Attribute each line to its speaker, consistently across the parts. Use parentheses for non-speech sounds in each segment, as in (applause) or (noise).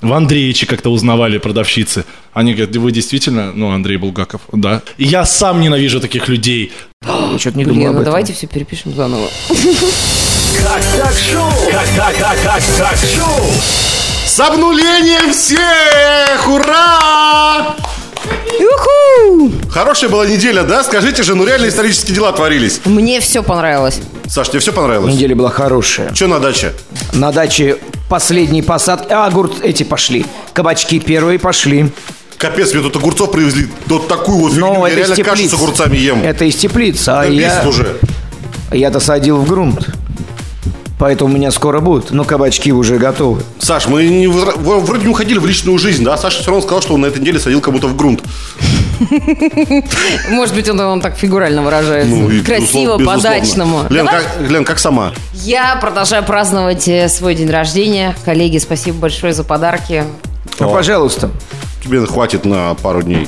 Speaker 1: В Андреевиче как-то узнавали продавщицы. Они говорят, вы действительно, ну, Андрей Булгаков, да. И я сам ненавижу таких людей.
Speaker 2: Я что-то не думаю
Speaker 3: Блин,
Speaker 2: об
Speaker 3: ну
Speaker 2: этом.
Speaker 3: давайте все перепишем заново.
Speaker 4: Как так шоу? Как так, как так, как шоу?
Speaker 5: С обнулением всех! Ура!
Speaker 3: Юху!
Speaker 5: Хорошая была неделя, да? Скажите же, ну реально исторические дела творились.
Speaker 3: Мне все понравилось.
Speaker 5: Саш, тебе все понравилось?
Speaker 2: Неделя была хорошая.
Speaker 5: Че на даче?
Speaker 2: На даче последний посадки. А, огурцы эти пошли. Кабачки первые пошли.
Speaker 5: Капец, мне тут огурцов привезли. Тут такую вот фигню.
Speaker 2: Но Ну,
Speaker 5: я
Speaker 2: это из
Speaker 5: реально
Speaker 2: теплиц.
Speaker 5: кашу с огурцами ем.
Speaker 2: Это из теплиц. А
Speaker 5: Да
Speaker 2: я,
Speaker 5: бесит уже.
Speaker 2: я досадил в грунт. Поэтому у меня скоро будут. Но кабачки уже готовы.
Speaker 5: Саш, мы не возра- в- вроде не уходили в личную жизнь, да? Саша все равно сказал, что он на этой неделе садил кому-то в грунт.
Speaker 3: Может быть, он, он так фигурально выражается.
Speaker 5: Ну, и
Speaker 3: Красиво,
Speaker 5: безуслов- безусловно.
Speaker 3: по-дачному.
Speaker 5: Лен,
Speaker 3: Давай.
Speaker 5: как, Лен, как сама?
Speaker 3: Я продолжаю праздновать э, свой день рождения. Коллеги, спасибо большое за подарки.
Speaker 2: Ну, пожалуйста.
Speaker 5: Тебе хватит на пару дней.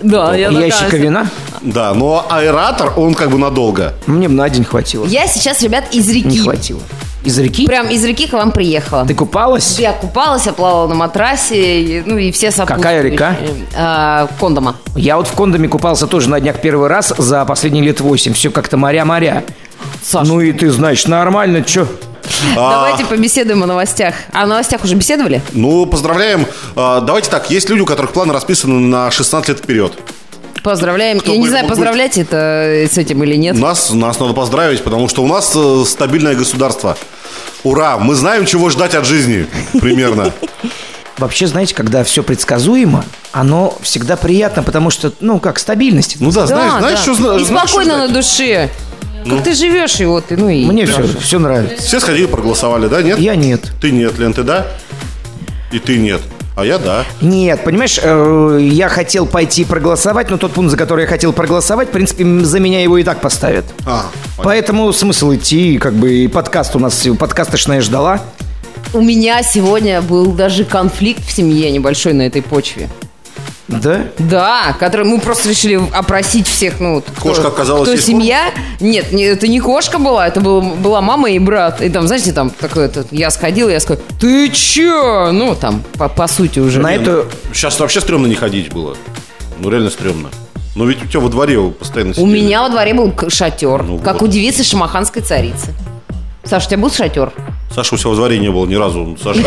Speaker 3: Да, я
Speaker 2: Ящика вина.
Speaker 5: Да, но аэратор, он как бы надолго.
Speaker 2: Мне бы на день хватило.
Speaker 3: Я сейчас, ребят, из
Speaker 2: Не
Speaker 3: реки.
Speaker 2: хватило. Из реки?
Speaker 3: Прям из реки к вам приехала.
Speaker 2: Ты купалась?
Speaker 3: Я купалась, я плавала на матрасе, и- ну и все
Speaker 2: Какая
Speaker 3: сопутствующие.
Speaker 2: река?
Speaker 3: А, Кондома.
Speaker 2: Я вот в кондоме купался тоже на днях первый раз за последние лет восемь. Все как-то моря-моря.
Speaker 3: Саш.
Speaker 2: Ну и ты, знаешь, нормально, чё?
Speaker 3: Давайте побеседуем о новостях. А О новостях уже беседовали?
Speaker 5: Ну, поздравляем. А, давайте так, есть люди, у которых планы расписаны на 16 лет вперед.
Speaker 3: Поздравляем.
Speaker 5: Кто
Speaker 3: я не
Speaker 5: бы-
Speaker 3: знаю,
Speaker 5: мог
Speaker 3: поздравлять это э, с этим или нет.
Speaker 5: Нас, нас надо поздравить, потому что у нас э, стабильное государство. Ура! Мы знаем, чего ждать от жизни. Примерно.
Speaker 2: Вообще, знаете, когда все предсказуемо, оно всегда приятно, потому что, ну, как стабильность.
Speaker 5: Ну да, знаешь,
Speaker 3: Да,
Speaker 5: знаешь,
Speaker 3: да.
Speaker 5: что зна-
Speaker 3: И
Speaker 5: знаешь, что
Speaker 3: спокойно
Speaker 5: ждать?
Speaker 3: на душе.
Speaker 5: Ну.
Speaker 3: Как ты живешь, и вот, и- ну и...
Speaker 2: Мне все, все нравится.
Speaker 5: Все сходили, проголосовали, да, нет?
Speaker 2: Я нет.
Speaker 5: Ты нет, Лен, ты да? И ты нет. А я да.
Speaker 2: Нет, понимаешь, э, я хотел пойти проголосовать, но тот пункт, за который я хотел проголосовать, в принципе, м, за меня его и так поставят.
Speaker 5: А,
Speaker 2: Поэтому смысл идти, как бы, и подкаст у нас, и подкасточная ждала.
Speaker 3: У меня сегодня был даже конфликт в семье небольшой на этой почве.
Speaker 2: Да?
Speaker 3: Да, который мы просто решили опросить всех, ну, вот, кто-
Speaker 5: Кошка оказалась
Speaker 3: кто
Speaker 5: из
Speaker 3: семья. Нет, не- это не кошка была, это был- была мама и брат. И там, знаете, там такое, это, я сходила, я сказала, ты чё? Ну, там, по, по сути уже.
Speaker 2: На эту...
Speaker 5: Сейчас вообще стрёмно не ходить было. Ну, реально стрёмно. Но ведь у тебя во дворе постоянно
Speaker 3: У
Speaker 5: сидели.
Speaker 3: меня во дворе был к- шатер,
Speaker 5: Ну
Speaker 3: как
Speaker 5: вот.
Speaker 3: у девицы шамаханской царицы. Саша, у тебя был шатер?
Speaker 5: Саша, у себя во дворе не было ни разу. Саша,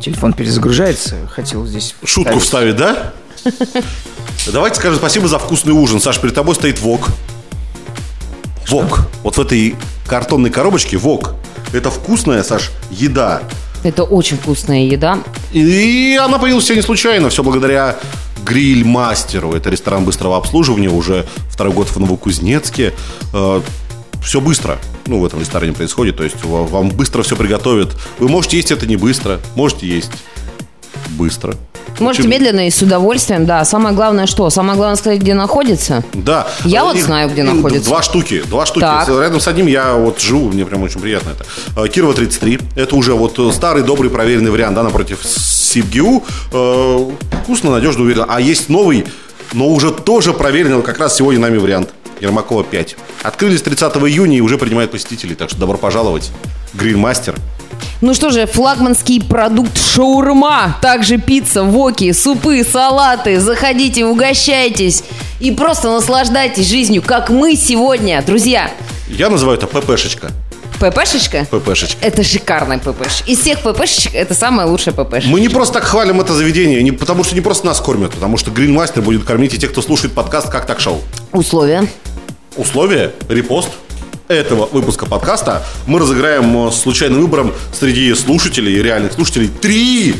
Speaker 2: Телефон перезагружается, хотел здесь...
Speaker 5: шутку
Speaker 2: вставить.
Speaker 5: вставить, да? Давайте скажем спасибо за вкусный ужин. Саша, перед тобой стоит вок. Вок. Вот в этой картонной коробочке вок. Это вкусная, Саш, еда.
Speaker 3: Это очень вкусная еда.
Speaker 5: И она появилась сегодня случайно, все благодаря гриль-мастеру. Это ресторан быстрого обслуживания, уже второй год в Новокузнецке. Все быстро, ну, в этом ресторане происходит, то есть ва- вам быстро все приготовят. Вы можете есть это не быстро, можете есть быстро.
Speaker 3: Можете
Speaker 5: Почему?
Speaker 3: медленно и с удовольствием, да. Самое главное что? Самое главное сказать, где находится.
Speaker 5: Да.
Speaker 3: Я
Speaker 5: А у
Speaker 3: вот
Speaker 5: них,
Speaker 3: знаю, где
Speaker 5: ну,
Speaker 3: находится.
Speaker 5: Два штуки, два штуки.
Speaker 3: Так.
Speaker 5: Рядом с одним я вот живу, мне прям очень приятно это. Э, Кирова 33, это уже вот э, старый, добрый, проверенный вариант, да, напротив СИБГУ. Э, Вкусно, надежно, уверенно. А есть новый, но уже тоже проверенный, вот как раз сегодня нами вариант. Ермакова 5. Открылись 30 июня и уже принимают посетителей, так что добро пожаловать. Грильмастер.
Speaker 3: Ну что же, флагманский продукт шаурма, также пицца, воки, супы, салаты. Заходите, угощайтесь и просто наслаждайтесь жизнью, как мы сегодня, друзья.
Speaker 5: Я называю это ППшечка.
Speaker 3: ППшечка?
Speaker 5: ППшечка.
Speaker 3: Это шикарная ППш. Из всех ППшечек это самая лучшая ППш.
Speaker 5: Мы не просто так хвалим это заведение, не потому что не просто нас кормят, потому что Грильмастер будет кормить и тех, кто слушает подкаст «Как так шоу».
Speaker 3: Условия.
Speaker 5: условия, репост этого выпуска подкаста мы разыграем э, с случайным выбором среди слушателей, реальных слушателей, три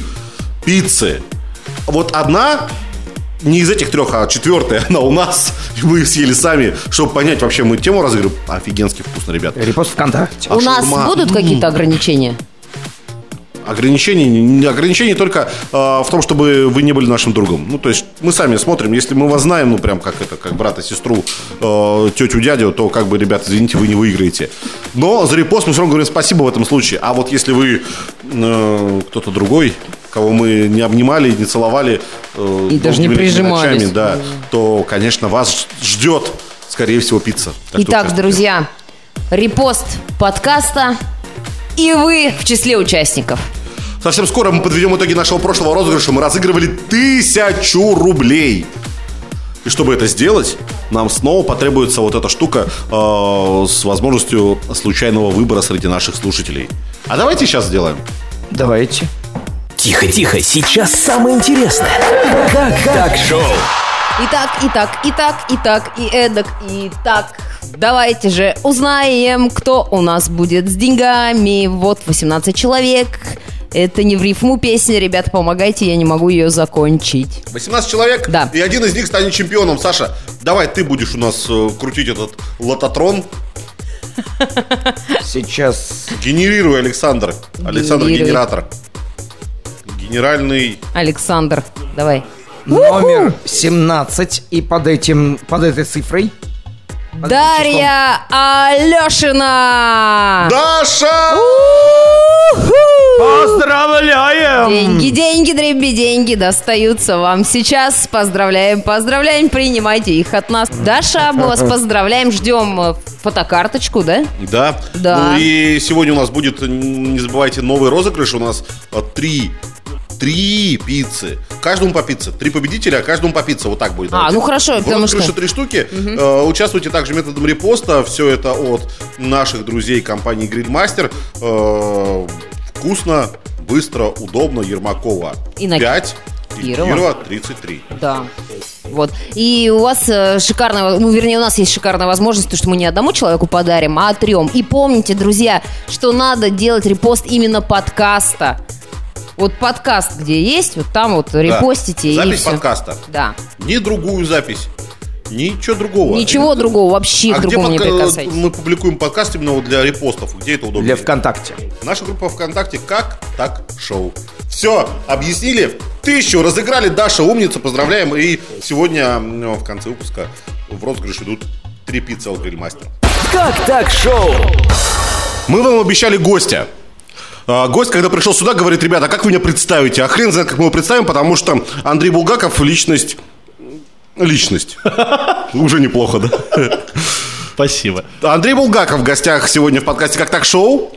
Speaker 5: пиццы. Вот одна не из этих трех, а четвертая, (laughs) она у нас. И мы ее съели сами, чтобы понять вообще, мы тему разыгрываем. Офигенски вкусно, ребят.
Speaker 2: Репост ВКонтакте.
Speaker 5: А
Speaker 3: У нас
Speaker 5: шаурма?
Speaker 3: будут какие-то ограничения?
Speaker 5: Ограничений, не- ограничений только э, в том, чтобы вы не были нашим другом. Ну, то есть мы сами смотрим, если мы вас знаем, ну, прям как это, как брата, сестру, э, тетю, дядю, то как бы, ребят, извините, вы не выиграете. Но за репост мы все равно говорим спасибо в этом случае. А вот если вы э, кто-то другой, кого мы не обнимали, не целовали, э,
Speaker 3: И даже не
Speaker 5: долгими летними
Speaker 3: прижимались.
Speaker 5: ночами, да, то, конечно, вас ж- ждет, скорее всего, пицца. Так что
Speaker 3: Итак,
Speaker 5: участвуйте.
Speaker 3: друзья, репост подкаста, и вы в числе участников.
Speaker 5: Совсем скоро мы подведем итоги нашего прошлого розыгрыша. Мы разыгрывали тысячу рублей. И чтобы это сделать, нам снова потребуется вот эта штука э, с возможностью случайного выбора среди наших слушателей. А давайте сейчас сделаем.
Speaker 2: Давайте.
Speaker 4: Тихо, тихо, сейчас самое интересное. Как так шоу?
Speaker 3: И так, и так, и так, и так, и эдак, и так. Давайте же узнаем, кто у нас будет с деньгами. Вот 18 человек. Это не в рифму песня, ребята, помогайте, я не могу ее закончить.
Speaker 5: 18 человек,
Speaker 3: Да.
Speaker 5: и один из них станет чемпионом. Саша, давай ты будешь у нас э, крутить этот лототрон.
Speaker 2: Сейчас.
Speaker 5: Генерируй, Александр. Александр
Speaker 3: Генерируй.
Speaker 5: генератор. Генеральный.
Speaker 3: Александр, давай.
Speaker 2: Номер 17. И под этим, под этой цифрой. под этим числом.
Speaker 3: Дарья Алешина!
Speaker 5: Даша!
Speaker 2: Поздравляем!
Speaker 3: Деньги, деньги, дребби, деньги достаются вам сейчас. Поздравляем, поздравляем, принимайте их от нас. Даша, мы вас поздравляем, ждем э, фотокарточку, да?
Speaker 5: Да.
Speaker 3: Да.
Speaker 5: Ну и сегодня у нас будет, н- не забывайте, новый розыгрыш. У нас а, три Три пиццы. Каждому по пицце. Три победителя, а каждому по пицце. Вот так будет.
Speaker 3: А,
Speaker 5: Давайте.
Speaker 3: ну хорошо,
Speaker 5: В
Speaker 3: потому
Speaker 5: розыгрыше
Speaker 3: что-
Speaker 5: три штуки. Э, участвуйте также методом репоста. Все это от наших друзей компании Грильмастер. Э, вкусно, быстро, удобно. Ермакова
Speaker 3: И на-
Speaker 5: 5. И
Speaker 3: Кирова.
Speaker 5: Кирова 33.
Speaker 3: Да. Вот. И у вас э, шикарная, ну, вернее, у нас есть шикарная возможность, то, что мы не одному человеку подарим, а трем. И помните, друзья, что надо делать репост именно подкаста. Вот подкаст, где есть, вот там вот репостите
Speaker 5: Да.
Speaker 3: и
Speaker 5: Запись
Speaker 3: все.
Speaker 5: подкаста.
Speaker 3: Да.
Speaker 5: Ни другую запись. Ничего другого.
Speaker 3: Ничего
Speaker 5: Это-
Speaker 3: другого, вообще
Speaker 5: А
Speaker 3: к
Speaker 5: где
Speaker 3: другому не
Speaker 5: подка-
Speaker 3: прикасайтесь.
Speaker 5: мы публикуем подкаст именно вот для репостов? Где это удобно?
Speaker 2: Для ВКонтакте.
Speaker 5: Наша группа ВКонтакте «Как так шоу». Все, объяснили. Тысячу разыграли. Даша, умница, поздравляем. И сегодня м, в конце выпуска в розыгрыш идут три пиццы от Грильмастера.
Speaker 4: Как так шоу?
Speaker 5: Мы вам обещали гостя. А, Гость, когда пришел сюда, говорит, ребята, а как вы меня представите? А хрен знает, как мы его представим, потому что Андрей Булгаков – личность... Личность. (laughs) Уже неплохо, да?
Speaker 1: Спасибо.
Speaker 5: Андрей Булгаков в гостях сегодня в подкасте «Как так шоу».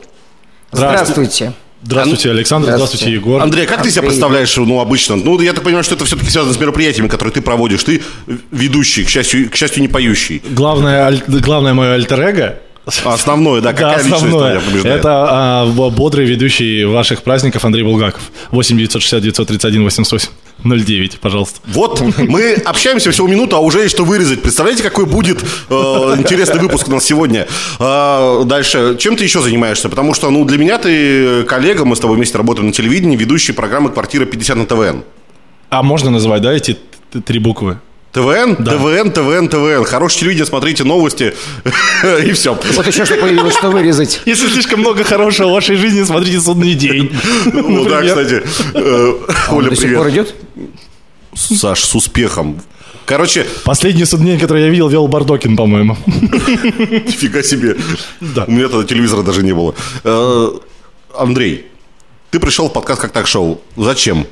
Speaker 2: Здравствуйте.
Speaker 1: Здравствуйте, Александр.
Speaker 2: Здравствуйте.
Speaker 1: Здравствуйте, Егор.
Speaker 5: Андрей, а как ты себя
Speaker 2: Андрей.
Speaker 5: представляешь, ну, обычно? Ну, я так понимаю, что это все-таки связано с мероприятиями, которые ты проводишь. Ты ведущий, к счастью, к счастью не поющий.
Speaker 1: Главное, аль- главное мое альтер-эго.
Speaker 5: Основное, да,
Speaker 1: Да, (laughs)
Speaker 5: какая
Speaker 1: основное.
Speaker 5: личность твоя побеждает?
Speaker 1: Это а, бо- бодрый ведущий ваших праздников Андрей Булгаков. 8 960 931 88 09, пожалуйста.
Speaker 5: Вот мы общаемся всего минуту, а уже есть что вырезать. Представляете, какой будет э, интересный выпуск у нас сегодня. А, дальше, чем ты еще занимаешься? Потому что, ну, для меня ты коллега, мы с тобой вместе работаем на телевидении, ведущий программы «Квартира 50» на ТВН.
Speaker 1: А можно называть, да, эти т- три буквы?
Speaker 5: ТВН, ТВН, ТВН, ТВН. Хорошее телевидение, смотрите новости (laughs) и все.
Speaker 2: Вот еще что появилось, что вырезать.
Speaker 1: Если слишком много хорошего в вашей жизни, смотрите «Судный
Speaker 5: (laughs)
Speaker 1: день».
Speaker 5: Ну да,
Speaker 1: Например.
Speaker 5: кстати. Э, Оля,
Speaker 2: До сих пор идет?
Speaker 5: привет. Саш, с успехом. Короче,
Speaker 1: Последний «Судный день», который я видел, вел Бардокин, по-моему.
Speaker 5: нифига себе.
Speaker 1: Да.
Speaker 5: У меня тогда телевизора даже не было. Э, Андрей, ты пришел в подкаст «Как так шоу». Зачем?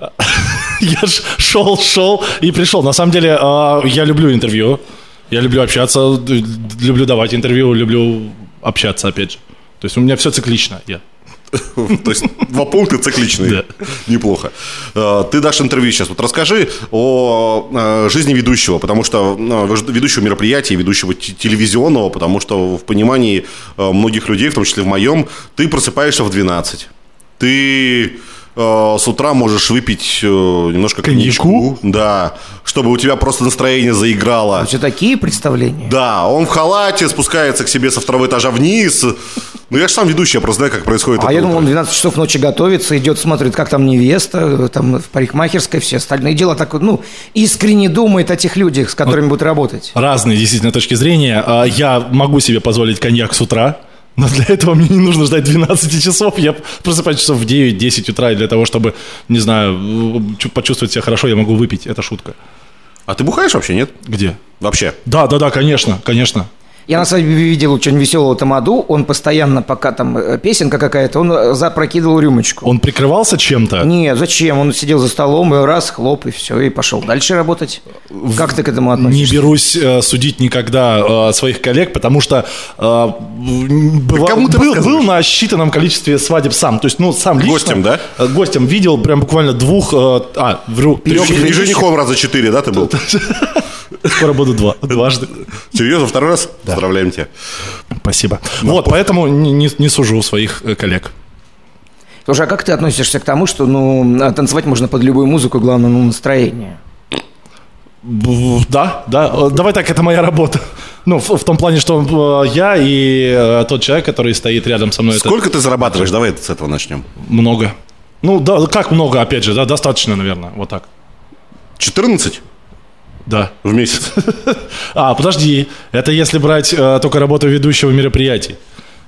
Speaker 1: (laughs) Я ж шел, шел и пришел. На самом деле, а, я люблю интервью. Я люблю общаться, д- д- люблю давать интервью, люблю общаться, опять же. То есть у меня все циклично. Я.
Speaker 5: (laughs) То есть два пункта цикличные. Неплохо. Э, Ты дашь интервью сейчас. Вот расскажи о э, жизни ведущего, потому что э, вж- ведущего мероприятия, ведущего те- телевизионного, потому что в понимании э, многих людей, в том числе в моем, ты просыпаешься в 12. Ты э, с утра можешь выпить э, немножко коньячку,
Speaker 1: Коньяку?
Speaker 5: да, чтобы у тебя просто настроение заиграло.
Speaker 2: А У тебя такие представления?
Speaker 5: Да, он в халате спускается к себе со второго этажа вниз. Ну, я же сам ведущий, я просто знаю, как происходит.
Speaker 2: А
Speaker 5: это
Speaker 2: я думал,
Speaker 5: утро.
Speaker 2: он 12 часов ночи готовится, идет, смотрит, как там невеста, э, там в парикмахерской, все остальные дела. Так, вот, ну, искренне думает о тех людях, с которыми будет работать.
Speaker 1: Разные, действительно, точки зрения. А, Я могу себе позволить коньяк с утра, но для этого мне не нужно ждать 12 часов. Я просыпаюсь часов в 9-10 утра, и для того, чтобы, не знаю, м, чу- почувствовать себя хорошо, я могу выпить. Это шутка.
Speaker 5: А ты бухаешь вообще, нет?
Speaker 1: Где?
Speaker 5: Вообще.
Speaker 1: Да, да, да, конечно, конечно.
Speaker 2: Я на свадьбе видел очень веселого Тамаду, он постоянно, пока там э, песенка какая-то, он э, запрокидывал рюмочку.
Speaker 1: Он прикрывался чем-то?
Speaker 2: Не, зачем? Он сидел за столом, и раз, хлоп, и все, и пошел дальше работать. Как ты к этому
Speaker 1: Не
Speaker 2: относишься?
Speaker 1: берусь э, судить никогда э, своих коллег, потому что э, м, быва-
Speaker 5: кому ты
Speaker 1: был,
Speaker 5: рассказываешь?
Speaker 1: был на считанном количестве свадеб сам. То есть, ну, сам лично.
Speaker 5: Гостем, да?
Speaker 1: э, Гостем видел прям буквально двух... э, а, вру,
Speaker 5: И
Speaker 1: трех.
Speaker 5: жени- и женихом раза четыре, да, ты был?
Speaker 1: Скоро буду
Speaker 5: (laughs)
Speaker 1: два. Дважды.
Speaker 5: Серьезно, второй раз? Поздравляем тебя.
Speaker 1: Спасибо. Вот, поэтому не, не- не сужу своих э, коллег.
Speaker 2: Слушай, а как ты относишься к тому, что ну, а, танцевать можно под любую музыку, главное, ну, настроение?
Speaker 1: Б- Да, да. Э, Давай так, это моя работа. Ну, в, в том плане, что э, я и э, тот человек, который стоит рядом со мной,
Speaker 5: Сколько ты зарабатываешь? Давай с этого начнем.
Speaker 1: это много. Ну, да, как много, опять же, да, достаточно, наверное, вот так.
Speaker 5: 14
Speaker 1: Да.
Speaker 5: в (laughs) месяц.
Speaker 1: А, подожди, это если брать э, только работу ведущего мероприятий.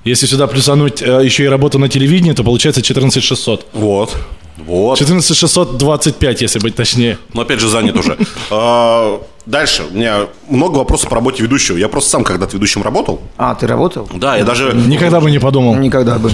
Speaker 1: Если сюда плюсануть э, еще и работу на телевидении, то получается 14 600.
Speaker 5: Вот. Вот.
Speaker 1: 14 625, если быть точнее.
Speaker 5: Но опять же занят уже. А, Дальше. У меня много вопросов по работе ведущего. Я просто сам когда-то ведущим работал.
Speaker 2: А, ты работал?
Speaker 5: Да, я даже
Speaker 1: Никогда бы не подумал.
Speaker 2: Никогда бы.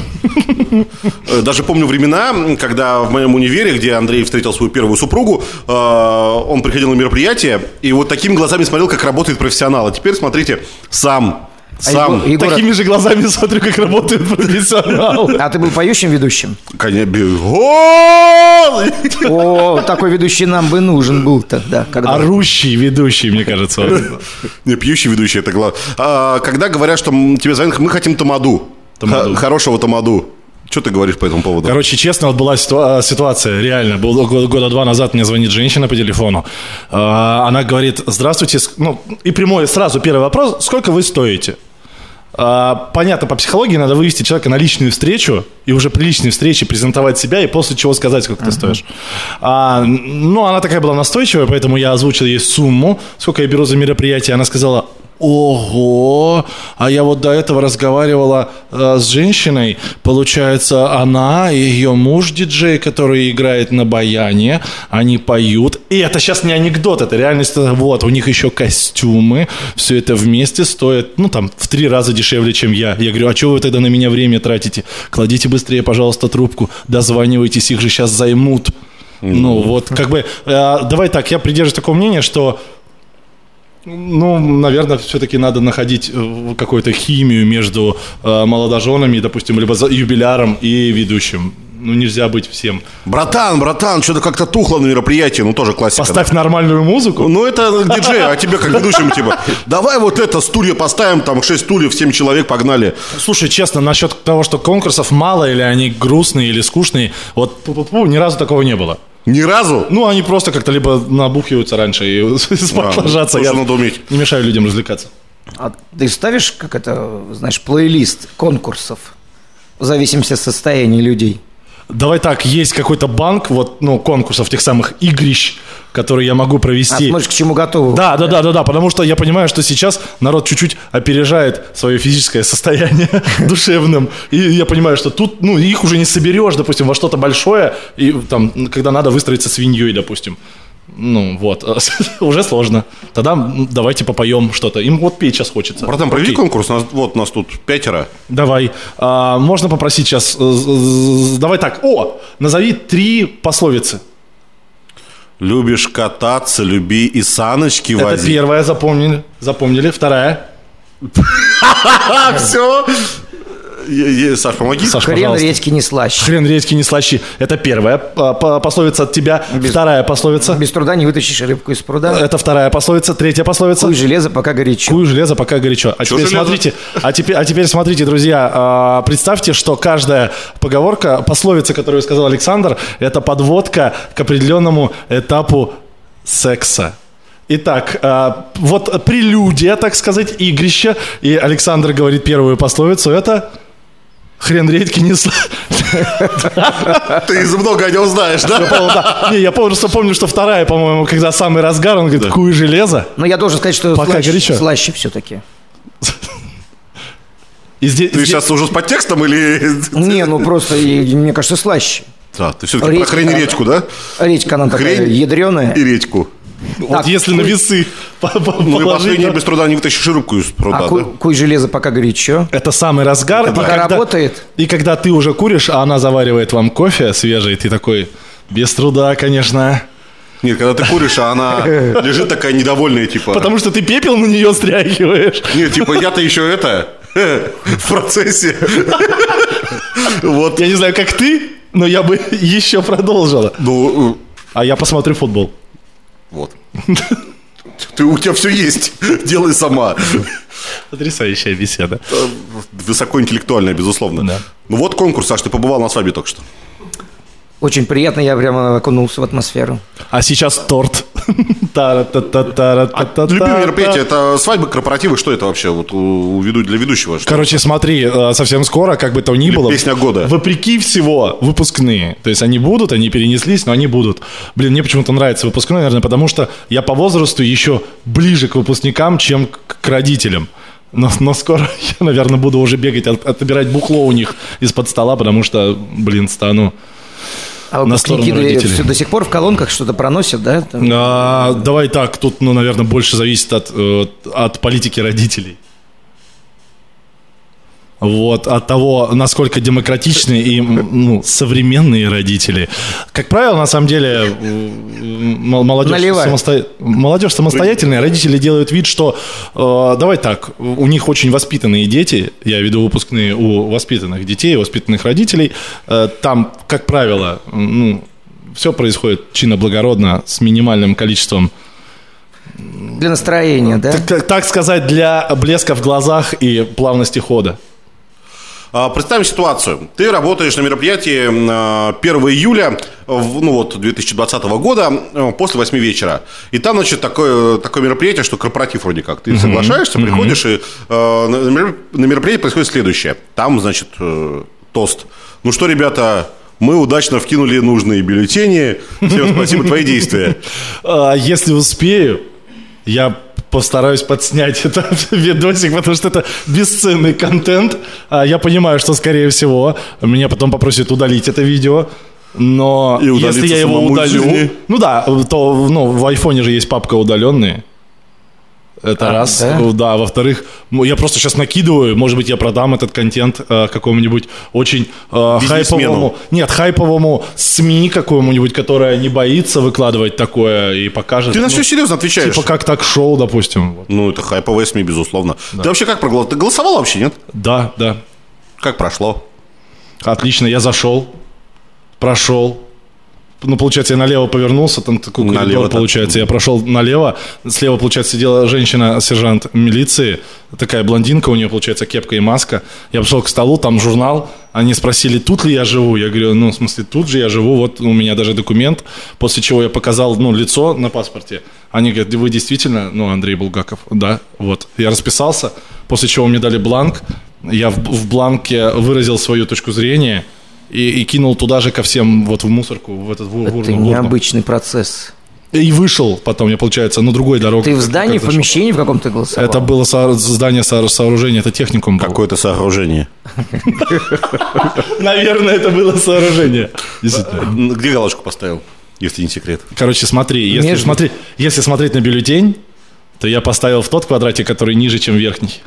Speaker 5: Э, Даже помню времена, м, когда в моем универе, где Андрей встретил свою первую супругу, э, он приходил на мероприятие и вот такими глазами смотрел, как работает профессионал. А теперь смотрите, сам, сам.
Speaker 2: Егор- Егор- Город.
Speaker 1: Такими же глазами (laughs) смотрю, как работает профессионал.
Speaker 2: А ты был поющим ведущим?
Speaker 5: Коня бе- Гол!
Speaker 2: О, такой ведущий нам бы нужен был тогда. Когда...
Speaker 1: Орущий ведущий, мне кажется. он.
Speaker 5: (laughs) Не, пьющий ведущий, это главное. А, Когда говорят, что м, тебе звонят, мы хотим тамаду.
Speaker 1: Тамаду.
Speaker 5: Х- Хорошего тамаду. Что ты говоришь по этому поводу?
Speaker 1: Короче, честно, вот была ситуа- э, ситуация, реально. Было го- года два назад мне звонит женщина по телефону. А, Она говорит, здравствуйте. ск- Ну, и прямой сразу первый вопрос, сколько вы стоите? А, Понятно, по психологии надо вывести человека на личную встречу и уже при личной встрече презентовать себя и после чего сказать, сколько ты стоишь. А, ну, она такая была настойчивая, поэтому я озвучил ей сумму, сколько я беру за мероприятие. Она сказала, ого, а я вот до этого разговаривала э, с женщиной, получается, она и ее муж диджей, который играет на баяне, они поют. И это сейчас не анекдот, это реальность. Это Вот, у них еще костюмы, все это вместе стоит, ну, там, в три раза дешевле, чем я. Я говорю, а чего вы тогда на меня время тратите? Кладите быстрее, пожалуйста, трубку, дозванивайтесь, их же сейчас займут. Ну, вот, как бы, э, давай так, я придерживаюсь такого мнения, что ну, наверное, все-таки надо находить э, какую-то химию между э, молодоженами, допустим, либо за- юбиляром и ведущим. Ну, нельзя быть всем.
Speaker 5: Братан, братан, что-то как-то тухло на мероприятии, ну тоже классика. да.
Speaker 1: Поставь нормальную музыку.
Speaker 5: Ну, это диджей, а тебе как ведущему, типа, давай вот это, стулья поставим, там, 6 стульев, 7 человек, погнали.
Speaker 1: Слушай, честно, насчет того, что конкурсов мало, или они грустные, или скучные, вот пу-пу-пу, ни разу такого не было.
Speaker 5: Ни разу?
Speaker 1: Ну, они просто как-то либо набухиваются раньше и (laughs) спать
Speaker 5: ну,
Speaker 1: ложатся.
Speaker 5: тоже
Speaker 1: Я
Speaker 5: надо уметь.
Speaker 1: Не мешаю людям развлекаться.
Speaker 2: А ты ставишь, как это, знаешь, плейлист конкурсов в зависимости от состояния людей?
Speaker 1: Давай так, есть какой-то банк, вот, ну, конкурсов тех самых игрищ, которые я могу
Speaker 2: А
Speaker 1: провести.
Speaker 2: смотришь, к чему готовы?
Speaker 1: Да, да, да, да, да, потому что я понимаю, что сейчас народ чуть-чуть опережает свое физическое состояние (laughs) душевным. И я понимаю, что тут, ну, их уже не соберешь, допустим, во что-то большое, и там, ну, когда надо выстроиться свиньей, допустим. Ну, вот, (laughs) уже сложно. Тогда м, давайте попоем что-то. Им вот петь сейчас хочется.
Speaker 5: Братан, проведи
Speaker 1: Окей.
Speaker 5: конкурс, нас- вот нас тут пятеро.
Speaker 1: Давай. А, можно попросить сейчас... э, з- з- Давай так. О, назови три пословицы.
Speaker 5: Любишь кататься, люби и саночки
Speaker 1: Это
Speaker 5: вози.
Speaker 1: первая, запомнили. Запомнили. Вторая.
Speaker 5: (laughs) А, все. Е- е, Саш, помоги.
Speaker 1: Саш,
Speaker 2: Хрен
Speaker 1: пожалуйста.
Speaker 2: редьки не слаще.
Speaker 1: Хрен редьки не слащи. Это первая а, по- пословица от тебя. Вторая пословица.
Speaker 2: Без труда не вытащишь рыбку из пруда.
Speaker 1: Это вторая пословица. Третья пословица.
Speaker 2: Куй железо, пока горячо.
Speaker 1: Куй железо, пока горячо. А теперь
Speaker 5: железо?
Speaker 1: смотрите, а теперь, а теперь смотрите, друзья, а, представьте, что каждая поговорка, пословица, которую сказал Александр, это подводка к определенному этапу секса. Итак, а, вот прелюдия, так сказать, игрище. И Александр говорит первую пословицу. Это хрен редьки не сла-
Speaker 5: Ты из много о нем знаешь, да?
Speaker 1: Помню, да. Не, я просто помню, что вторая, по-моему, когда самый разгар, он говорит, куй железо.
Speaker 2: Но я должен сказать, что
Speaker 1: Пока горячо.
Speaker 2: слаще, слаще все-таки.
Speaker 1: И здесь,
Speaker 5: Ты сейчас уже с подтекстом или...
Speaker 2: Не, ну просто, и- мне кажется, слаще.
Speaker 5: Да, ты все-таки про
Speaker 2: Редька.
Speaker 5: хрень и речку, да?
Speaker 2: Редька она такая
Speaker 5: Хрень
Speaker 2: ядреная.
Speaker 5: И речку.
Speaker 1: Вот если на весы по- по-
Speaker 5: Ну и
Speaker 1: положить,
Speaker 5: последний
Speaker 1: да.
Speaker 5: без труда не вытащишь и рыбку из
Speaker 2: А
Speaker 5: пруда,
Speaker 2: ку-
Speaker 5: да?
Speaker 2: куй железо пока горячо.
Speaker 1: Это самый разгар. и
Speaker 2: пока работает.
Speaker 1: И когда ты уже куришь, а она заваривает вам кофе свежий, ты такой, без труда, конечно.
Speaker 5: Нет, когда ты куришь, а она лежит такая недовольная, типа.
Speaker 1: Потому что ты пепел на нее стряхиваешь.
Speaker 5: Нет, типа я-то еще это (laughs) в процессе. (laughs) Вот.
Speaker 1: Я не знаю, как ты, но я бы (laughs) еще продолжила.
Speaker 5: Ну, э,
Speaker 1: А я посмотрю футбол.
Speaker 5: вот. Ты, у тебя все есть. Делай сама.
Speaker 1: Потрясающая беседа.
Speaker 5: Э, Высокоинтеллектуальная, безусловно.
Speaker 1: Да. Ну,
Speaker 5: Ну вот конкурс, Саш, ты побывал на свадьбе только что.
Speaker 2: Очень приятно, я прямо окунулся в атмосферу.
Speaker 1: А сейчас торт. (laughs)
Speaker 5: А,
Speaker 1: Тара-та-та-тара-та-та-та.
Speaker 5: Любимое мероприятие, это свадьбы, корпоративы, что это вообще вот у, у веду- для ведущего? Что?
Speaker 1: Короче, смотри, э, совсем скоро, как бы то ни
Speaker 5: Или
Speaker 1: было.
Speaker 5: песня года.
Speaker 1: Вопреки всего, выпускные. То есть они будут, они перенеслись, но они будут. Блин, мне почему-то нравится выпускной, наверное, потому что я по возрасту еще ближе к выпускникам, чем к, к родителям. Но, но скоро (laughs) я, наверное, буду уже бегать, от- отобирать бухло у них из-под стола, потому что, блин, стану.
Speaker 2: А
Speaker 1: На сторону
Speaker 2: выпускники до-
Speaker 1: родителей.
Speaker 2: всё- до сих пор в колонках что-то проносят, да? Там-
Speaker 1: А, давай так, тут, ну, наверное, больше зависит от, э, от политики родителей. Вот, от того, насколько демократичны и м, ну, современные родители. Как правило, на самом деле, м, м, молодежь,
Speaker 2: Наливай.
Speaker 1: самосто- молодежь самостоятельная, родители делают вид, что э, давай так, у них очень воспитанные дети, я веду выпускные у воспитанных детей, воспитанных родителей, э, там, как правило, м, ну, все происходит чинно благородно, с минимальным количеством
Speaker 2: Для настроения, да?
Speaker 1: так- так, так сказать, для блеска в глазах и плавности хода.
Speaker 5: А, Представим ситуацию. Ты работаешь на мероприятии м, а, 1 июля э, в- ну вот, 2020 года э, после 8 вечера. И там, значит, такое, такое мероприятие, что корпоратив вроде как. Ты соглашаешься, приходишь, и э, на- на мер- на мероприятии происходит следующее. Там, значит, э, тост. Ну что, ребята, мы удачно вкинули нужные бюллетени. Всем спасибо, твои действия.
Speaker 1: А, Если успею, я постараюсь подснять (laughs) это видосик, потому что это бесценный контент. А Я понимаю, что, скорее всего, меня потом попросят удалить это видео. Но
Speaker 5: И удалиться
Speaker 1: если я его
Speaker 5: самому
Speaker 1: удалю...
Speaker 5: извини.
Speaker 1: Ну да, то ну, в айфоне же есть папка удаленные. Это
Speaker 2: А,
Speaker 1: раз.
Speaker 2: да?
Speaker 1: Ну Да, во-вторых, ну, я просто сейчас накидываю, может быть, я продам этот контент э, какому-нибудь очень э,
Speaker 5: Бизнесмену.
Speaker 1: хайповому, нет, хайповому СМИ какому-нибудь, которая не боится выкладывать такое и покажет.
Speaker 5: Ты на
Speaker 1: ну,
Speaker 5: все серьезно отвечаешь.
Speaker 1: Типа как так шоу, допустим. Вот.
Speaker 5: Ну, это хайповые СМИ, безусловно. Ты вообще как проголосовал? Ты голосовал вообще, нет?
Speaker 1: Да, да.
Speaker 5: Как прошло?
Speaker 1: Отлично, я зашел, прошел. Ну, получается, я налево повернулся, там такой коридор,
Speaker 5: Налево, да.
Speaker 1: получается. Я прошел налево, слева, получается, сидела женщина-сержант милиции, такая блондинка, у нее, получается, кепка и маска. Я пошел к столу, там журнал, они спросили, тут ли я живу. Я говорю, ну, в смысле, тут же я живу, вот у меня даже документ, после чего я показал, ну, лицо на паспорте. Они говорят, вы действительно, ну, Андрей Булгаков, да, вот. Я расписался, после чего мне дали бланк, я в, в бланке выразил свою точку зрения и, и кинул туда же ко всем, вот в мусорку, в этот в, ур- в
Speaker 2: Это
Speaker 1: урну, в урну.
Speaker 2: необычный процесс.
Speaker 1: И вышел потом, я, получается, на другой дороге.
Speaker 2: Ты в
Speaker 1: как-
Speaker 2: здании,
Speaker 1: как
Speaker 2: в
Speaker 1: зашел.
Speaker 2: помещении в каком-то голосовал?
Speaker 1: Это было со- здание со- сооружения, это техникум был.
Speaker 5: Какое-то сооружение.
Speaker 1: Наверное, это было сооружение. Действительно.
Speaker 5: Н- Где галочку поставил, если не секрет?
Speaker 1: Короче, смотри, если,
Speaker 2: Между.
Speaker 1: смотри, если смотреть на бюллетень, то я поставил в тот квадратик, который ниже, чем верхний.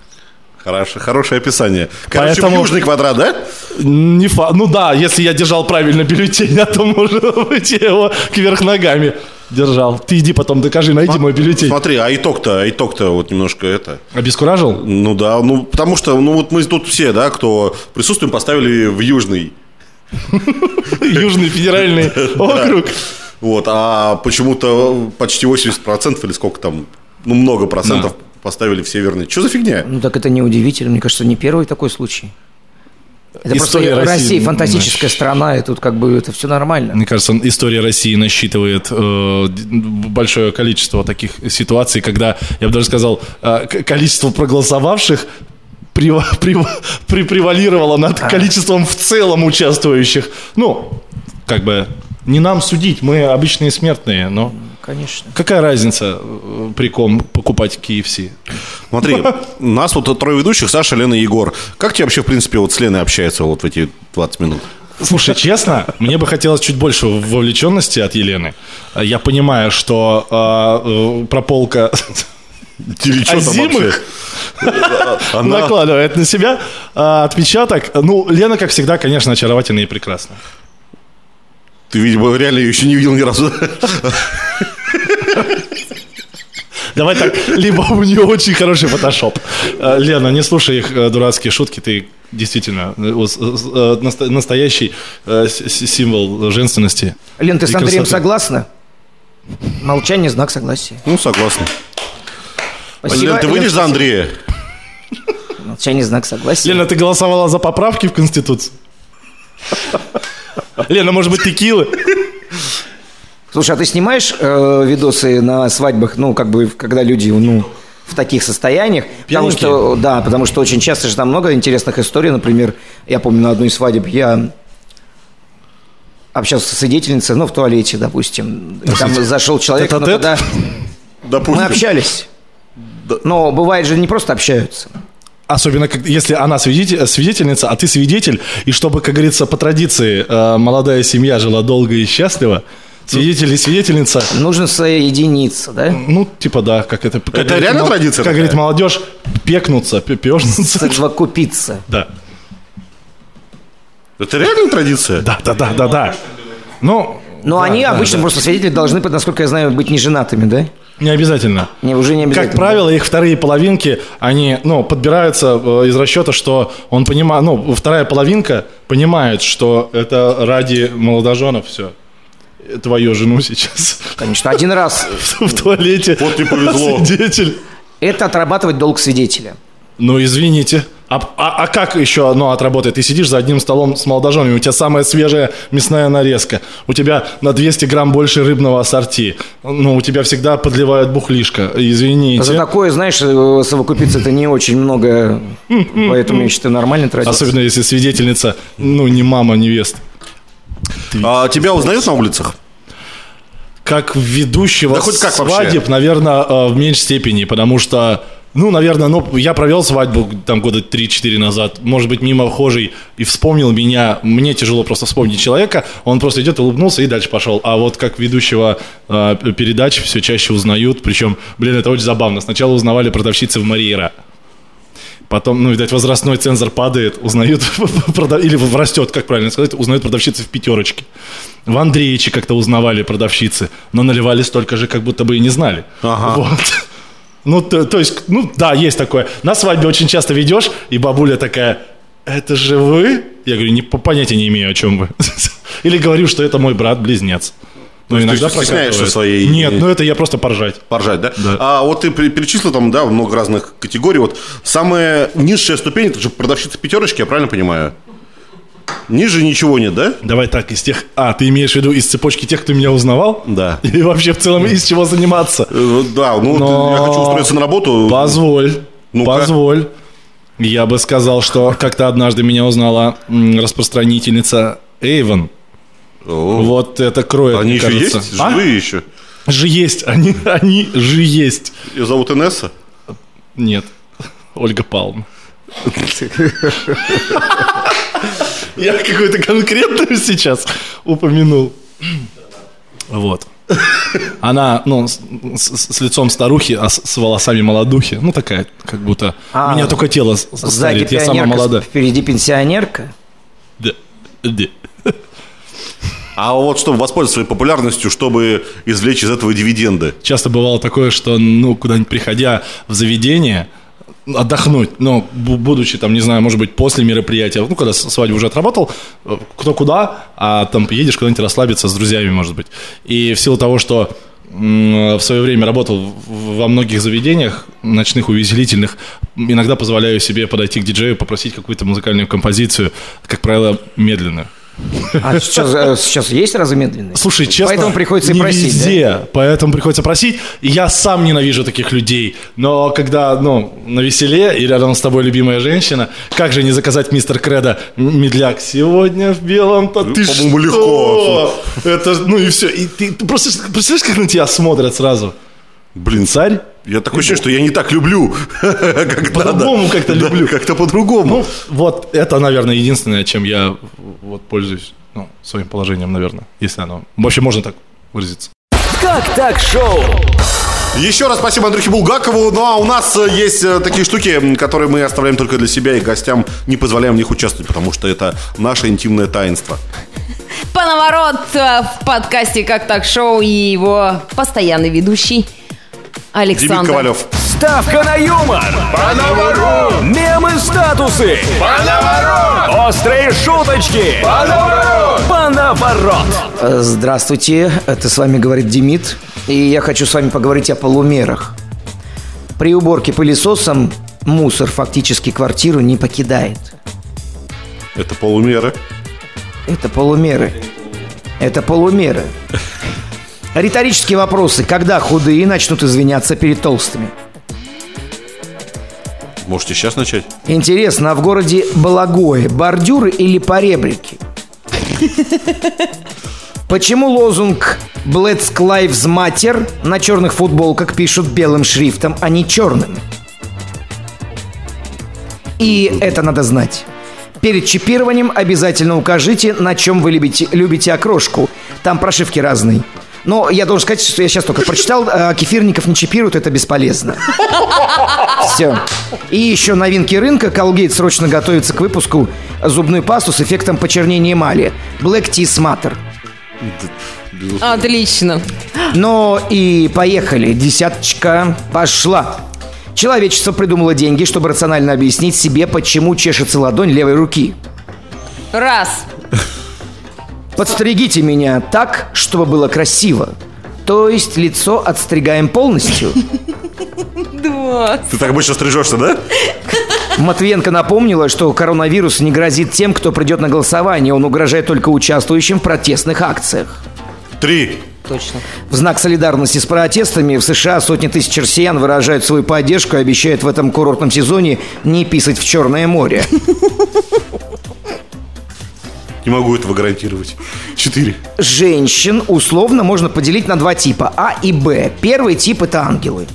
Speaker 5: Хорошо, хорошее описание. Короче,
Speaker 1: Поэтому-
Speaker 5: в южный квадрат, да?
Speaker 1: Не фа- Ну да, если я держал правильно бюллетень, а то, может быть, я его кверх ногами держал. Ты иди потом докажи, найди мой бюллетень.
Speaker 5: Смотри, а итог-то, а итог-то вот немножко это. (laughs)
Speaker 1: Обескуражил?
Speaker 5: Ну да, ну потому что, ну вот мы тут все, да, кто присутствуем, поставили в южный.
Speaker 1: Южный федеральный округ.
Speaker 5: Вот, а почему-то почти 80% или сколько там, ну много процентов поставили в северный. Что за фигня?
Speaker 2: Ну так это неудивительно, мне кажется, не первый такой случай. Это
Speaker 1: История
Speaker 2: просто
Speaker 1: России,
Speaker 2: Россия
Speaker 1: ну,
Speaker 2: фантастическая страна, и тут как бы это все нормально.
Speaker 1: Мне кажется, история России насчитывает э, д- большое количество таких ситуаций, когда, я бы даже сказал, э, к- количество проголосовавших прев- (laughs) прев- пре- превалировало над
Speaker 5: А.
Speaker 1: количеством в целом участвующих. Ну, как бы не нам судить, мы обычные смертные, но
Speaker 2: Конечно.
Speaker 1: какая разница э, при ком покупать KFC? (laughs)
Speaker 5: Смотри, нас вот трое ведущих, Саша, Лена и Егор. Как тебе вообще, в принципе, вот с Леной общается вот в эти 20 минут?
Speaker 1: Слушай, честно, мне бы хотелось чуть больше вовлеченности от Елены. Я понимаю, что а, э, прополка (laughs)
Speaker 5: Или
Speaker 1: А
Speaker 5: что там вообще?
Speaker 1: озимых накладывает на себя а, отпечаток. Ну, Лена, как всегда, конечно, очаровательна и прекрасна.
Speaker 5: Ты, видимо, реально ее еще не видел ни разу. (laughs)
Speaker 1: Давай так, (laughs) либо у нее очень хороший фотошоп. Э, Лена, не слушай их э, дурацкие шутки, ты действительно э, ос- э, насто- настоящий э, с- с- символ женственности.
Speaker 2: Лен, ты
Speaker 1: и
Speaker 2: с Андреем
Speaker 1: красоты.
Speaker 2: согласна? Молчание – знак согласия.
Speaker 5: Ну, согласен.
Speaker 2: Спасибо,
Speaker 5: Лен, ты
Speaker 2: Лен,
Speaker 5: выйдешь за Андрея?
Speaker 2: Молчание – знак согласия.
Speaker 1: Лена, ты голосовала за поправки в Конституцию? (laughs) Лена, может быть, текилы?
Speaker 2: Слушай, а ты снимаешь э, видосы на свадьбах, ну, как бы, когда люди, ну, в таких состояниях? Потому
Speaker 1: Пьяненькие.
Speaker 2: что, да, потому что очень часто же там много интересных историй. Например, я помню, на одной из свадеб я общался с свидетельницей, ну, в туалете, допустим. И там зашел человек, но
Speaker 1: Тет-а-тет?
Speaker 2: тогда
Speaker 5: Допустим.
Speaker 2: мы общались. Но бывает же не просто общаются.
Speaker 1: Особенно, как- если она свидетель- свидетельница, а ты свидетель, и чтобы, как говорится, по традиции э, молодая семья жила долго и счастливо, свидетель и свидетельница
Speaker 2: Нужно соединиться, да?
Speaker 1: Ну, типа, да, как это... как
Speaker 5: Это
Speaker 1: говорит
Speaker 5: реально
Speaker 1: мол-
Speaker 5: традиция
Speaker 1: Как
Speaker 5: такая?
Speaker 1: говорит молодежь, пекнуться, пе- пёжнуться.
Speaker 2: Совокупиться.
Speaker 1: Да.
Speaker 5: Это реально традиция?
Speaker 1: Да, да, да, да, да. Ну,
Speaker 2: Но
Speaker 1: да,
Speaker 2: они
Speaker 1: да,
Speaker 2: обычно
Speaker 1: да.
Speaker 2: просто свидетели должны, насколько я знаю, быть неженатыми, да?
Speaker 1: Не обязательно.
Speaker 2: Не, уже не обязательно.
Speaker 1: Как правило, их вторые половинки, они, ну, подбираются э, из расчета, что он понимает, ну, вторая половинка понимает, что это ради молодоженов все. Твою жену сейчас (laughs)
Speaker 2: Конечно, один раз
Speaker 1: в туалете.
Speaker 5: Вот не
Speaker 1: (laughs)
Speaker 5: повезло.
Speaker 1: Свидетель.
Speaker 2: Это отрабатывать долг свидетеля.
Speaker 1: Ну, извините. А, а- а как еще оно отработает? Ты сидишь за одним столом с молодоженами, у тебя самая свежая мясная нарезка, у тебя на 200 грамм больше рыбного ассорти, ну, у тебя всегда подливают бухлишко,
Speaker 2: За
Speaker 1: извините.
Speaker 2: такое, знаешь, э, совокупиться это не очень много, поэтому я считаю нормально тратить.
Speaker 1: Особенно если свидетельница, ну, не мама невест.
Speaker 5: А тебя узнают на улицах?
Speaker 1: Как ведущего
Speaker 5: Да хоть как вообще?
Speaker 1: свадеб, наверное, э, в меньшей степени, потому что... Ну, наверное, ну, я провел свадьбу там года 3-4 назад, может быть, мимо вхожей, и вспомнил меня. Мне тяжело просто вспомнить человека. Он просто идет, улыбнулся и дальше пошел. А вот как ведущего э, передач все чаще узнают. Причем, блин, это очень забавно. Сначала узнавали продавщицы в Мариера. Потом, ну, видать, возрастной цензор падает, узнают, (laughs) прода- или растет, как правильно сказать, узнают продавщицы в пятерочке. В Андреевиче как-то узнавали продавщицы, но наливали столько же, как будто бы и не знали.
Speaker 5: Ага.
Speaker 1: Вот. Ну, то, то есть, ну, да, есть такое. На свадьбе очень часто ведешь, и бабуля такая, это же вы? Я говорю, не, по- понятия не имею, о чем вы. (laughs) Или говорю, что это мой брат-близнец. Ну,
Speaker 5: есть ты стесняешься
Speaker 1: прокатывает.
Speaker 5: своей-
Speaker 1: Нет, ну это я просто поржать.
Speaker 5: Поржать, да?
Speaker 1: Да.
Speaker 5: А вот ты пере- перечислил там, да, много разных категорий. Вот самая низшая ступень, это же продавщица пятерочки, я правильно понимаю? Ниже ничего нет, да?
Speaker 1: Давай так, из тех... А, ты имеешь в виду из цепочки тех, кто меня узнавал?
Speaker 5: Да.
Speaker 1: И вообще в целом из чего заниматься?
Speaker 5: Э, Да, ну
Speaker 1: Но-
Speaker 5: я хочу устроиться на работу.
Speaker 1: Позволь,
Speaker 5: Ну-ка.
Speaker 1: позволь. Я бы сказал, что как-то однажды меня узнала м, распространительница Эйвен.
Speaker 5: О,
Speaker 1: Вот это кроет,
Speaker 5: Они
Speaker 1: мне
Speaker 5: еще
Speaker 1: кажется.
Speaker 5: есть?
Speaker 1: А?
Speaker 5: Живые еще?
Speaker 1: Же есть, они, они же есть.
Speaker 5: Ее зовут Инесса?
Speaker 1: Нет, Ольга Палм. Я какую-то конкретную сейчас упомянул. Вот. Она, ну, с, с- с лицом старухи, а с, с волосами молодухи. Ну, такая, как будто...
Speaker 2: А,
Speaker 1: у меня только тело с-
Speaker 2: Сзади
Speaker 1: старит, я сама
Speaker 2: пионерка,
Speaker 1: молода.
Speaker 2: впереди пенсионерка.
Speaker 1: Да, да.
Speaker 5: А вот чтобы воспользоваться своей популярностью, чтобы извлечь из этого дивиденды.
Speaker 1: Часто бывало такое, что, ну, куда-нибудь приходя в заведение, отдохнуть, но бу- будучи там, не знаю, может быть, после мероприятия, ну, когда с- свадьбу уже отработал, э, кто куда, а там едешь куда-нибудь расслабиться с друзьями, может быть. И в силу того, что м, в свое время работал в- во многих заведениях ночных увеселительных, м, иногда позволяю себе подойти к диджею, попросить какую-то музыкальную композицию, как правило, медленную.
Speaker 2: А сейчас, э, сейчас есть размедленные?
Speaker 1: Слушай, честно,
Speaker 2: Поэтому приходится и
Speaker 1: не
Speaker 2: просить,
Speaker 1: везде, поэтому приходится просить. И я сам ненавижу таких людей. Но когда, ну, на веселе и рядом с тобой любимая женщина, как же не заказать мистер Кредо медляк сегодня в белом? Да ты что?
Speaker 5: По-моему, легко.
Speaker 1: Это, ну и все. И ты, ты просто представляешь, как на тебя смотрят сразу?
Speaker 5: Блин,
Speaker 1: Царь?
Speaker 5: Я такое ощущение, что я не так люблю, (laughs) как
Speaker 1: По-другому
Speaker 5: надо.
Speaker 1: как-то
Speaker 5: Да,
Speaker 1: люблю.
Speaker 5: Как-то по-другому.
Speaker 1: Ну, вот это, наверное, единственное, чем я вот пользуюсь ну, своим положением, наверное, если оно... Вообще можно так выразиться.
Speaker 4: Как так шоу?
Speaker 5: Еще раз спасибо Андрюхе Булгакову. Ну а у нас э, есть э, такие штуки, м, которые мы оставляем только для себя и гостям не позволяем в них участвовать, потому что это наше интимное таинство. ну-
Speaker 3: Пановорот э, в подкасте «Как так шоу» и его постоянный ведущий
Speaker 5: Демид
Speaker 3: Александр.
Speaker 5: Ковалев.
Speaker 4: Ставка на юмор. Панавару. Мемы статусы. Панавару. Острые шуточки. Панавару. Панаварот.
Speaker 2: Э, Здравствуйте, это с вами говорит Демид, и я хочу с вами поговорить о полумерах. При уборке пылесосом мусор фактически квартиру не покидает.
Speaker 5: Это полумеры.
Speaker 2: Это полумеры. Это полумеры. Риторические вопросы. Когда худые начнут извиняться перед толстыми?
Speaker 5: Можете сейчас начать.
Speaker 2: Интересно, а в городе Балагое бордюры или поребрики? Почему лозунг «Black Lives Matter» на черных футболках пишут белым шрифтом, а не черным? И это надо знать. Перед чипированием обязательно укажите, на чем вы любите, любите окрошку. Там прошивки разные. Но я должен сказать, что я сейчас только прочитал, а кефирников не чипируют, это бесполезно. Все. И еще новинки рынка. Колгейт срочно готовится к выпуску зубной пасту с эффектом почернения эмали. Black Tea Smatter.
Speaker 3: Отлично.
Speaker 2: Но и поехали. Десяточка пошла. Человечество придумало деньги, чтобы рационально объяснить себе, почему чешется ладонь левой руки.
Speaker 3: Раз.
Speaker 2: Подстригите меня так, чтобы было красиво. То есть лицо отстригаем полностью.
Speaker 3: Два.
Speaker 5: Ты так обычно стрижешься, да?
Speaker 2: Матвиенко напомнила, что коронавирус не грозит тем, кто придет на голосование. Он угрожает только участвующим в протестных акциях.
Speaker 5: Три.
Speaker 3: Точно.
Speaker 2: В знак солидарности с протестами в США сотни тысяч россиян выражают свою поддержку и обещают в этом курортном сезоне не писать в Черное море.
Speaker 5: Не могу этого гарантировать. Четыре.
Speaker 2: Женщин условно можно поделить на два типа – А и Б. Первый тип – это ангелы.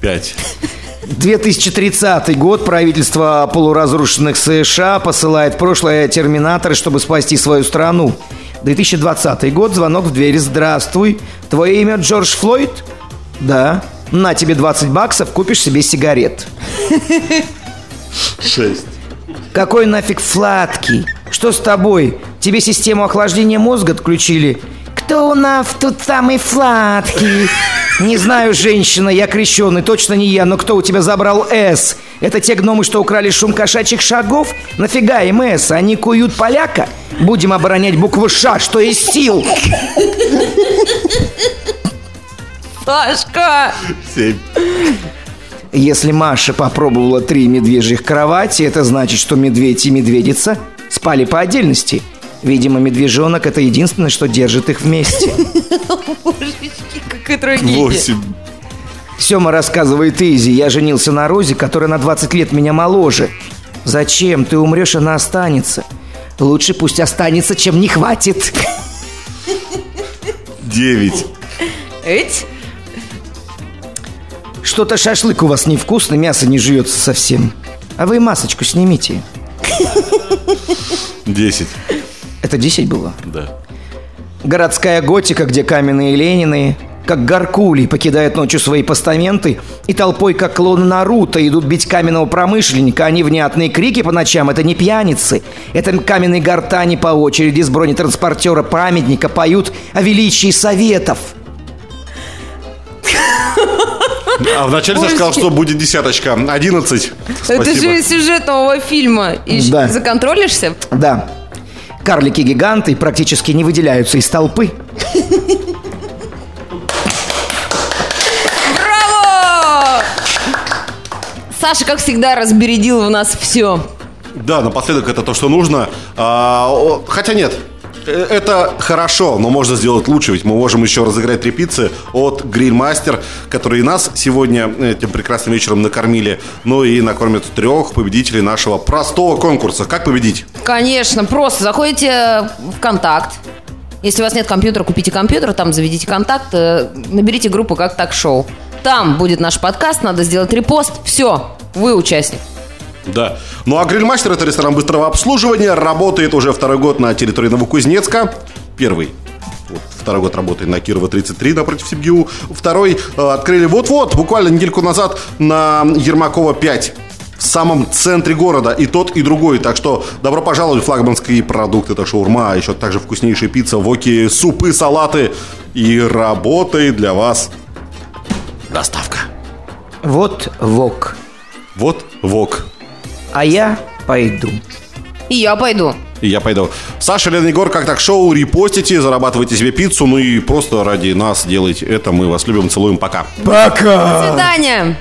Speaker 5: Пять.
Speaker 2: 2030 год правительство полуразрушенных США посылает в прошлое терминаторы, чтобы спасти свою страну. 2020 год, звонок в дверь. Здравствуй. Твое имя Джордж Флойд? Да. На тебе 20 баксов, купишь себе сигарет.
Speaker 5: Шесть.
Speaker 2: Какой нафиг фладкий? Что с тобой? Тебе систему охлаждения мозга отключили? Кто у нас тут самый фладкий? Не знаю, женщина, я крещеный, точно не я, но кто у тебя забрал «С»? Это те гномы, что украли шум кошачьих шагов? Нафига им «С»? Они куют поляка? Будем оборонять букву «Ш», что из сил.
Speaker 3: Сашка.
Speaker 5: Семь.
Speaker 2: Если Маша попробовала три медвежьих кровати, это значит, что медведь и медведица спали по отдельности. Видимо, медвежонок – это единственное, что держит их вместе.
Speaker 3: Божечки, какая трагедия.
Speaker 5: Восемь.
Speaker 2: Сема рассказывает Изи, я женился на Розе, которая на 20 лет меня моложе. Зачем? Ты умрешь, она останется. Лучше пусть останется, чем не хватит.
Speaker 5: Девять.
Speaker 3: Эть.
Speaker 2: Что-то шашлык у вас невкусный, мясо не жуется совсем. А вы масочку снимите.
Speaker 5: Десять.
Speaker 2: Это 10 было?
Speaker 5: Да.
Speaker 2: Городская готика, где каменные Ленины, как горкули покидают ночью свои постаменты, и толпой, как клоны Наруто, идут бить каменного промышленника. Они внятные крики по ночам, это не пьяницы. Это каменные гортани по очереди с бронетранспортера памятника поют о величии советов.
Speaker 5: А вначале Саша сказал,
Speaker 3: Божечки.
Speaker 5: что будет десяточка. Одиннадцать.
Speaker 3: Это
Speaker 5: Спасибо.
Speaker 3: же из сюжет нового фильма. И ж-
Speaker 2: Да.
Speaker 3: Законтролишься?
Speaker 2: Да. Карлики-гиганты практически не выделяются из толпы.
Speaker 3: Браво! Саша, как всегда, разбередил в нас все.
Speaker 5: Да, напоследок это то, что нужно. А, о, хотя нет. Э, Это хорошо, но можно сделать лучше, ведь мы можем еще разыграть три пиццы от Грильмастер, которые нас сегодня э, этим прекрасным вечером накормили, ну и накормят трех победителей нашего простого конкурса. Как победить?
Speaker 3: Конечно, просто заходите в контакт. Если у вас нет компьютера, купите компьютер, там заведите контакт, э, наберите группу «Как так шоу». Там будет наш подкаст, надо сделать репост. Все, вы участник.
Speaker 5: Да. Ну а Грильмастер это ресторан быстрого обслуживания. Работает уже второй год на территории Новокузнецка. Первый. Вот, второй год работает на Кирова 33 напротив СибГУ. Второй э, открыли вот-вот, буквально недельку назад на Ермакова 5 в самом центре города и тот, и другой. Так что добро пожаловать, флагманские продукты. Это шаурма, еще а также вкуснейшая пицца, воки, супы, салаты. И работает для вас доставка.
Speaker 2: Вот вок.
Speaker 5: Вот ВОК.
Speaker 2: А я пойду.
Speaker 3: И я пойду.
Speaker 5: И я пойду. Саша, Лена, Егор, как так шоу, репостите, зарабатывайте себе пиццу, ну и просто ради нас делайте это. Мы вас любим, целуем, пока.
Speaker 3: До свидания.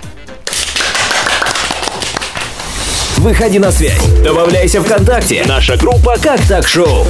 Speaker 4: Выходи на связь. Добавляйся ВКонтакте. Наша группа «Как так шоу».